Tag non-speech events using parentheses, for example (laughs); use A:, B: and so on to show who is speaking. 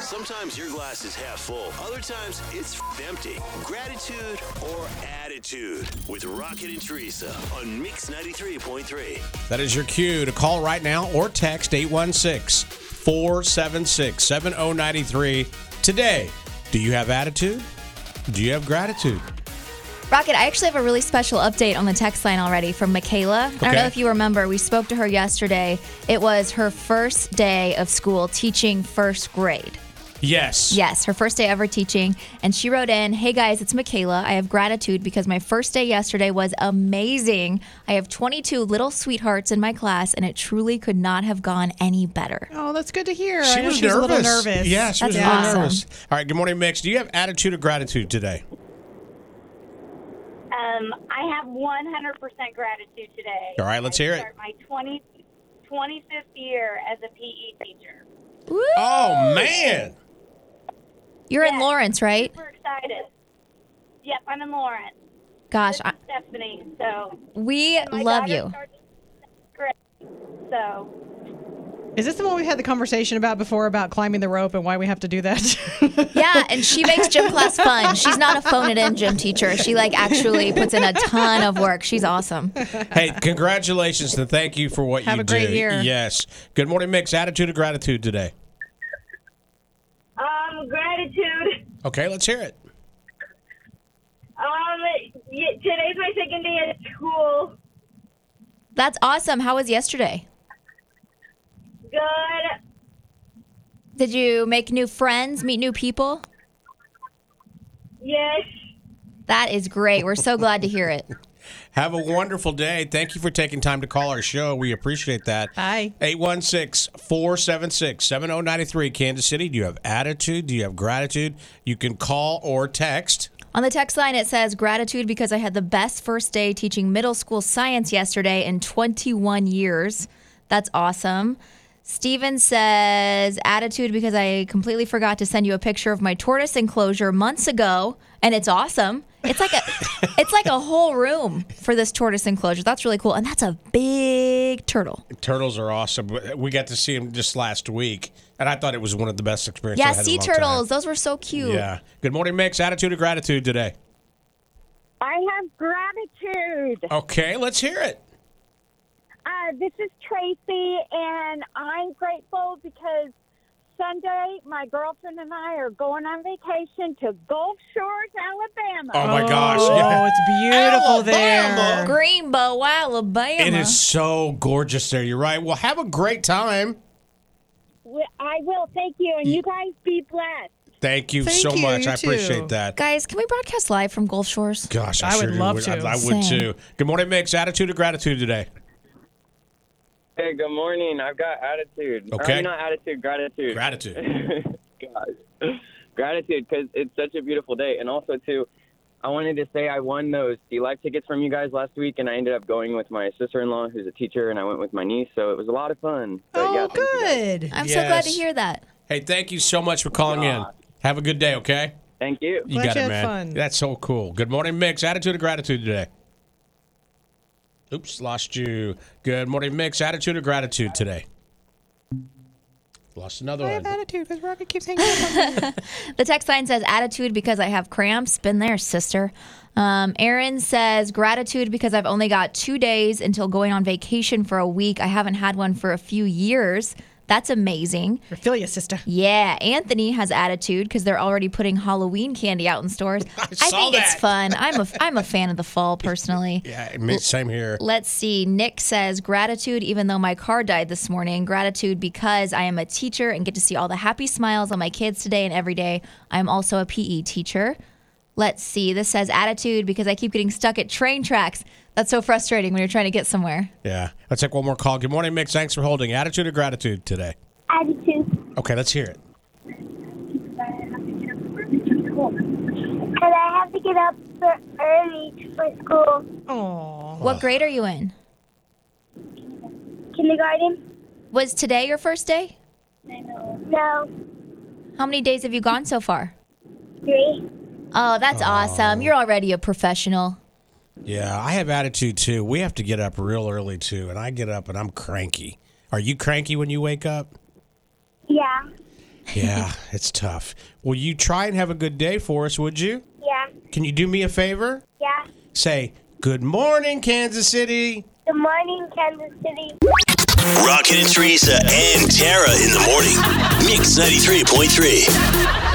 A: Sometimes your glass is half full, other times it's f- empty. Gratitude or attitude with Rocket and Teresa on Mix 93.3.
B: That is your cue to call right now or text 816 476 7093 today. Do you have attitude? Do you have gratitude?
C: Rocket, I actually have a really special update on the text line already from Michaela. I don't
B: Okay.
C: know if you remember, we spoke to her yesterday. It was her first day of school teaching first grade.
B: Yes.
C: Yes, her first day ever teaching. And she wrote in Hey guys, it's Michaela. I have gratitude because my first day yesterday was amazing. I have 22 little sweethearts in my class, and it truly could not have gone any better.
D: Oh, that's good to hear.
B: She
D: I know
B: was
D: she was
B: nervous.
D: a little nervous.
B: Yeah, she was
C: That's
B: a little
C: awesome.
B: nervous. All right, good morning, Mix. Do you have attitude or gratitude today?
E: Um, I have 100% gratitude today.
B: All right, let's
E: I
B: hear it.
E: start My 20, 25th year as a PE teacher.
C: Woo!
B: Oh,
D: (laughs)
B: man.
C: You're in
E: Yes.
C: Lawrence, right?
E: Super excited. Yep, I'm in Lawrence.
C: Gosh,
E: This
C: I,
E: is Stephanie. So
C: we
E: my
C: love
E: daughter
C: you.
E: started seventh grade, So
D: Is this the one we had the conversation about before about climbing the rope and why we have to
B: (laughs)
D: do that?
B: Oh
C: Yeah, and she makes gym class fun. She's not a phone it in gym teacher. She like actually puts in a ton of work. She's awesome.
B: Hey, congratulations and thank you for what
D: Have
B: you
D: a great
B: do.
D: year.
B: Yes. Good morning, Mix. Attitude or gratitude today?
E: um, gratitude.
B: Okay, let's hear it.
E: Um, y- today's my second day at school.
C: That's awesome. How was yesterday?
E: Good.
C: Did you make new friends, meet new people?
E: Yes.
C: That is great. We're so glad to hear it.
B: Have a wonderful day. Thank you for taking time to call our show. We appreciate that.
D: Bye.
B: 816-476-7093 Kansas City. Do you have attitude? Do you have gratitude? You can call or text.
C: On the text line, it says gratitude because I had the best first day teaching middle school science yesterday in 21 years. That's awesome. Steven says attitude because I completely forgot to send you a picture of my tortoise enclosure months ago, and it's awesome.
B: (laughs)
C: It's like a, it's like a whole room for this tortoise enclosure. That's really cool, and that's a big turtle.
B: Turtles are awesome. We got to see them just last week, and I thought it was one of the best experiences. I
C: Yeah,
B: had in a
C: sea
B: long time.
C: turtles. Those were so cute.
B: Yeah. Good morning, Mix. Attitude or gratitude today?
E: I have gratitude.
B: Okay, let's hear it.
E: Uh, this is Tracy, and I'm grateful because Sunday my girlfriend and I are going on vacation to Gulf Shores, Alabama.
B: Oh my gosh!
D: Oh,
B: Yeah.
D: it's beautiful
B: Alabama.
D: there.
C: Greenbow, Alabama.
B: It is so gorgeous there. You're right. Well, have a great time.
E: We- I will, thank you, and you guys be blessed.
B: Thank you
D: Thank
B: so
D: you.
B: much.
D: You
B: I
D: too.
B: appreciate that.
C: Guys, can we broadcast live from Gulf Shores?
B: Gosh, I,
D: I would
B: sure
D: love
B: would.
D: to.
B: I, I would
C: Same.
B: too. Good morning, Mix. Attitude or gratitude today?
F: Hey, good morning. I've got attitude. Or,
B: Okay.
F: not attitude, gratitude.
B: Gratitude.
F: (laughs) Gosh. Gratitude, because it's such a beautiful day. And also, too, I wanted to say I won those D Live tickets from you guys last week, and I ended up going with my sister in law, who's a teacher, and I went with my niece, so it was a lot of fun. But, yeah,
D: Oh,
F: thank you guys.
D: good.
C: I'm so glad to
B: Yes.
C: hear that.
B: Hey, thank you so much for calling in. Have a good day, okay?
F: Thank you.
B: You
D: Glad
B: got
D: you
B: it,
D: had
B: man.
D: fun.
B: That's so cool. Good morning, Mix. Attitude or gratitude today? Oops, lost you. Good morning, Mix. Attitude or gratitude today? Lost another
D: I
B: one.
D: have attitude because Rocket keeps hanging up on me.
C: The text line says attitude because I have cramps. Been there, sister. Um, Aaron says gratitude because I've only got two days until going on vacation for a week. I haven't had one for a few years. That's amazing.
D: Ophelia, sister.
C: Yeah, Anthony has attitude because they're already putting Halloween candy out
B: (laughs)
C: in stores. I,
B: saw
C: think it's
B: that. (laughs)
C: fun. I'm a I'm a fan of the fall personally.
B: Yeah, me- same here.
C: Let's see. Nick says gratitude, even though my car died this morning. Gratitude because I am a teacher and get to see all the happy smiles on my kids today and every day. I'm also a PE teacher. Let's see. This says attitude because I keep getting stuck at train tracks. That's so frustrating when you're trying to get somewhere.
B: Yeah. Let's take one more call. Good morning, Mix. Thanks for holding. Attitude or gratitude today?
E: Attitude.
B: Okay, let's hear it.
E: And I have to get up early for school.
D: Oh,
C: What grade are you in?
E: Kindergarten?
C: Was today your first day?
E: No.
C: How many days have you gone so far?
E: Three.
C: Oh, that's awesome. You're already a professional.
B: Yeah, I have attitude too. We have to get up real early too, and I get up and I'm cranky. Are you cranky when you wake up?
E: Yeah.
B: Yeah, it's tough. Well, you try and have a good day for us, would you?
G: Yeah,
B: Can you do me a favor?
G: yeah.
B: Say, Good morning, Kansas City.
G: Good morning, Kansas City.
A: Rocket and Teresa and Tara in the morning. Mix 93.3.